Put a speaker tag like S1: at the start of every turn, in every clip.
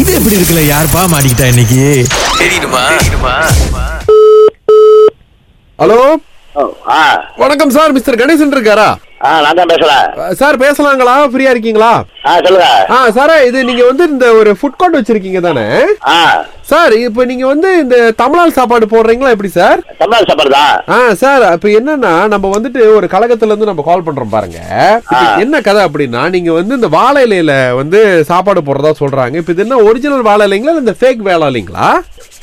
S1: இது எப்படி இருக்குல்ல யாருப்பா மாட்டிக்கிட்டா இன்னைக்கு
S2: ஹலோ
S3: ஓ, ஆ
S2: வணக்கம் சார் மிஸ்டர் கணேசன் இருக்காரா
S3: ஆ நான் தான் பேசுறேன்
S2: அஹ் சார் பேசலாங்களா ஃப்ரீயா இருக்கீங்களா
S3: ஆ சொல்லுங்க
S2: ஆ சாரா இது நீங்க வந்து இந்த ஒரு ஃபுட் கார்ட் வச்சிருக்கீங்க தானே
S3: ஆ
S2: சார் இப்போ நீங்க வந்து இந்த தமிழால் சாப்பாடு போடுறீங்களா எப்படி சார்
S3: தமிழ் சாப்பாடு தான்
S2: ஆ சார் இப்போ என்னன்னா நம்ம வந்துட்டு ஒரு கழகத்துல இருந்து நம்ம கால் பண்றோம் பாருங்க இப்ப என்ன கதை அப்படின்னா நீங்க வந்து இந்த வாழை இலையில வந்து சாப்பாடு போடுறதா சொல்றாங்க இப்போ இது என்ன ஒரிஜினல் வாழை இலைங்களா இல்ல இந்த ஃபேக் வாழை இலைங்களா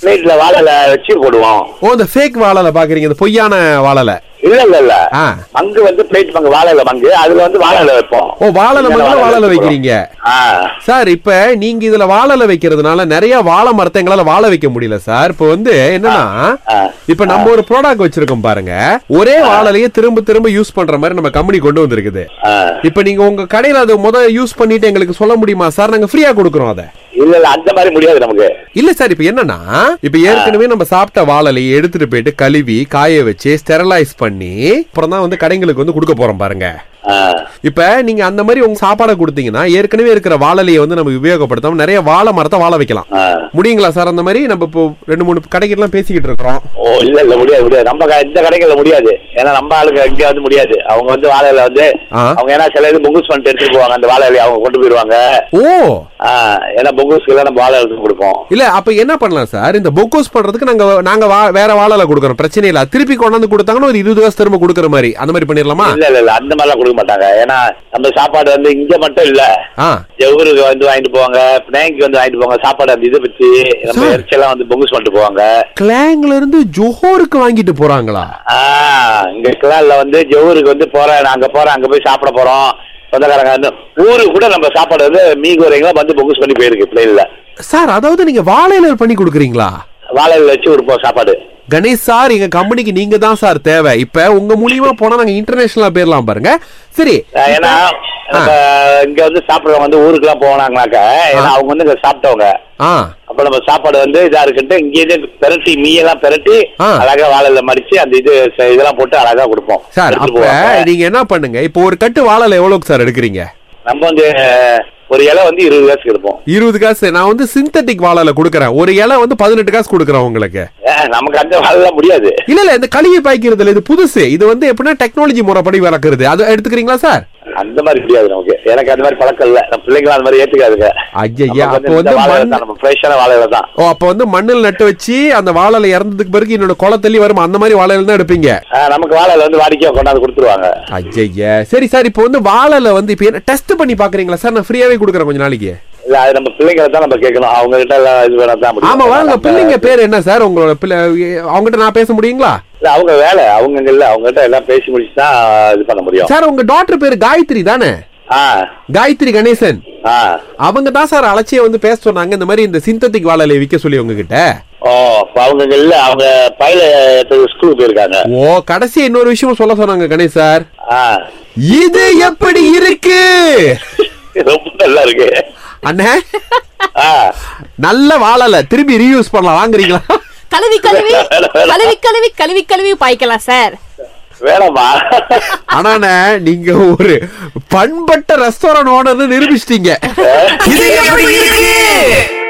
S3: வீட்டில் வாழைல வச்சு போடுவோம்
S2: ஓ இந்த ஃபேக் வாழை இலை பாக்குறீங்க இந்த பொய்யான வாழை இலை
S3: இல்ல இல்ல இல்ல
S2: ஆ.
S3: மங்கு வந்து பிளேட் மங்கு வாழைல மங்கு அதுல வந்து வாழைல வைப்போம்
S2: ஓ வாழை இலை மட்டும் வாழை இலை வைக்கிறீங்க
S3: ஆ
S2: சார் இப்ப நீங்க இதுல வாழல வைக்கிறதுனால நிறைய வாழை மரத்தை எங்களால வாழ வைக்க முடியல சார் இப்ப வந்து என்னன்னா
S3: ஆ.
S2: இப்ப நம்ம ஒரு ப்ராடக்ட் வச்சிருக்கோம் பாருங்க ஒரே வாழலையே திரும்ப திரும்ப யூஸ் பண்ற மாதிரி நம்ம கம்பெனி கொண்டு வந்திருக்குது
S3: ஆ.
S2: இப்ப நீங்க உங்க கடையில அது முத யூஸ் பண்ணிட்டு எங்களுக்கு சொல்ல முடியுமா சார் நாங்க ஃப்ரீயா கொடுக்குறோம் அதை
S3: இல்ல இல்ல அந்த மாதிரி முடியாது நமக்கு
S2: இல்ல சார் இப்ப என்னன்னா இப்ப ஏற்கனவே நம்ம சாப்பிட்ட வாழலையை எடுத்துட்டு போயிட்டு கழுவி காய வச்சு ஸ்டெரலைஸ் பண்ணி அப்புறம் தான் வந்து கடைங்களுக்கு வந்து கொடுக்க போறோம் பாருங்க
S3: ஆ.
S2: இப்ப நீங்க அந்த மாதிரி உங்க சாப்பாடை கொடுத்தீங்கன்னா ஏற்கனவே இருக்கிற வாழலையை வந்து நம்ம உபயோகப்படுத்தாம நிறைய வாழை மரத்தை வாழ வைக்கலாம்
S3: ஆ.
S2: முடியுங்களா சார் அந்த மாதிரி நம்ம இப்போ ரெண்டு மூணு கடைக்கிட்டலாம் பேசிக்கிட்டு இருக்கிறோம்
S3: ஓ இல்ல இல்ல முடியாது முடியாது நம்ம க- இந்த கடைகள்ல முடியாது ஏன்னா நம்ம ஆளுங்க இங்க வந்து முடியாது அவங்க வந்து வாழைல வந்து
S2: ஆ.
S3: அவங்க ஏன்னா சில இது முகுஸ் பண்ணிட்டு எடுத்துட்டு போவாங்க அந்த வாழைல அவங்க கொண்டு போயிருவாங்க
S2: ஓ
S3: ஆ, ஏன்னா பொங்குஸ்க்கு எல்லாம் நம்ம வாழை எடுத்து கொடுப்போம்
S2: இல்ல அப்ப என்ன பண்ணலாம் சார் இந்த பொக்கோஸ் பண்றதுக்கு நாங்க நாங்க வா- வேற வாழல கொடுக்குறோம் பிரச்சனை இல்ல திருப்பி கொண்டாந்து கொடுத்தாங்கன்னா ஒரு இருபது வருஷம் திரும்ப கொடுக்குற மாதிரி அந்த மாதிரி பண்ணிடலாமா
S3: இல்ல இல்ல இல்ல அந்த மாதிரிலாம் கொடுக்க மாட்டாங்க ஏன்னா நம்ம சாப்பாடு வந்து இங்க மட்டும் இல்ல
S2: ஆ
S3: எவருக்கு வந்து வாங்கிட்டு போவாங்க பினாய்க்கு வந்து வாங்கிட்டு போவாங்க சாப்பாடு அந்த இதை வச்சு நம்ம
S2: Sir.
S3: இறைச்சியெல்லாம் வந்து பொங்குஸ் பண்ணிட்டு போவாங்க
S2: கிளாங்ல இருந்து ஜோஹோருக்கு வாங்கிட்டு போறாங்களா
S3: ஆஹ் இங்க கிளால்ல வந்து ஜெவருக்கு வந்து போறேன் நான் அங்க போறேன் அங்க போய் சாப்பிட போறோம் சொந்தக்காரங்க வந்து ஊருக்கு கூட நம்ம சாப்பாடு வந்து மீன் வரைங்களா வந்து பொங்குஸ் பண்ணி போயிருக்கு பிள்ளைல
S2: சார் அதாவது நீங்க வாழையில பண்ணி கொடுக்குறீங்களா
S3: வாழையில வச்சு கொடுப்போம் சாப்பாடு
S2: கணேஷ் சார் எங்க கம்பெனிக்கு நீங்க தான் சார் தேவை இப்ப உங்க மூலியமா போனா நாங்க இன்டர்நேஷனலா போயிடலாம் பாருங்க சரி
S3: ஆஹ் ஏன்னா நம்ம இங்க வந்து சாப்பிடுறவங்க வந்து ஊருக்கு எல்லாம் போனாங்கனாக்க ஏன்னா அவங்க வந்து இங்க சாப்பிட்டவங்க
S2: ஆ
S3: அப்ப நம்ம சாப்பாடு வந்து இதா இருக்கட்டு இங்கேயே பெரட்டி மீயெல்லாம் பெரட்டி
S2: ஆ.
S3: அழகா வாழைல மடிச்சு அந்த இது ச- இதெல்லாம் போட்டு அழகா கொடுப்போம்
S2: சார்
S3: எடுத்துட்டு
S2: அப்ப
S3: போவாங்க.
S2: நீங்க என்ன பண்ணுங்க இப்போ ஒரு கட்டு வாழல எவ்வளவுக்கு சார் எடுக்கிறீங்க
S3: நம்ம வந்து அஹ், ஒரு இலை வந்து இருபது காசுக்கு எடுப்போம்
S2: இருபது காசு நான் வந்து சிந்தட்டிக் வாழல கொடுக்குறேன் ஒரு இலை வந்து பதினெட்டு காசு கொடுக்குறேன் உங்களுக்கு
S3: அஹ், நமக்கு அந்த வாழைலாம் முடியாது
S2: இல்ல இல்ல இந்த கழுவி பாய்க்கிறது இல்ல இது புதுசு இது வந்து எப்படின்னா டெக்னாலஜி முறைப்படி வளர்க்குறது அது எடுத்துக்கிறீங்களா சார்
S3: அந்த மாதிரி முடியாது நமக்கு எனக்கு அந்த மாதிரி பழக்கம் இல்ல நம்ம பிள்ளைங்களும் அந்த மாதிரி ஏத்துக்காதுங்க
S2: ஐயய்யா,
S3: நமக்கு
S2: அப்ப வந்து
S3: இந்த வாழை
S2: மண்-
S3: தான், நம்ம ஃப்ரெஷ்ஷான வாழைல தான்
S2: ஓ அப்ப வந்து மண்ணில் நட்டு வச்சு அந்த வாழலை இறந்ததுக்கு பிறகு என்னோட குளத்தள்ளி வரும் அந்த மாதிரி வாழையில தான் எடுப்பீங்க
S3: அஹ், நமக்கு வாழைல வந்து வாடிக்கையா கொண்டாந்து கொடுத்துருவாங்க
S2: ஐயய்யா சரி சார் இப்போ வந்து வாழல வந்து இப்போ என்ன டெஸ்ட் பண்ணி பாக்குறீங்களா சார் நான் ஃப்ரீயாவே கொடுக்குறேன் கொஞ்ச நாளைக்கு
S3: இல்ல அது நம்ம பிள்ளைங்களை தான் நம்ம கேட்கணும் அவங்க கிட்ட எல்லாம் இது வேணா தான் முடியும்.
S2: ஆமா வாங்க
S3: நம்ம-
S2: பிள்ளைங்க பேர் என்ன சார் உங்களோட பிள்ளை அவங்ககிட்ட நான் பேச முடியுங்களா
S3: இல்ல, அவங்க வேலை அவங்க இங்க இல்ல அவங்க கிட்ட எல்லாம் பேசி முடிச்சு தான் இது பண்ண முடியும்
S2: சார் உங்க டாக்டர் பேரு காயத்ரி தானே
S3: ஆ
S2: காயத்ரி கணேசன்
S3: ஆ
S2: அவங்க தான் சார் அலட்சிய வந்து பேச சொன்னாங்க இந்த மாதிரி இந்த சிந்தட்டிக் வாழலை விற்க சொல்லி உங்ககிட்ட
S3: ஓ அப்ப அவங்க இங்க இல்ல அவங்க பையில ஸ்கூலுக்கு போயிருக்காங்க
S2: ஓ கடைசி இன்னொரு விஷயம் சொல்ல சொன்னாங்க கணேஷ் சார்
S3: ஆ
S2: இது எப்படி இருக்கு
S3: ரொம்ப நல்லா இருக்கு
S2: அண்ணே
S3: ஆ
S2: நல்ல வாழல திரும்பி ரீயூஸ் பண்ணலாம் வாங்குறீங்களா
S4: கழுவி கழுவி கழுவி கழுவி கழுவி கழுவி பாய்க்கலாம் சார்
S3: வேணாமா
S2: ஆனா அண்ணே, நீங்க ஒரு பண்பட்ட ரெஸ்டாரண்ட் ஓனர்னு நிரூபிச்சிட்டீங்க இது எப்படி இருக்கு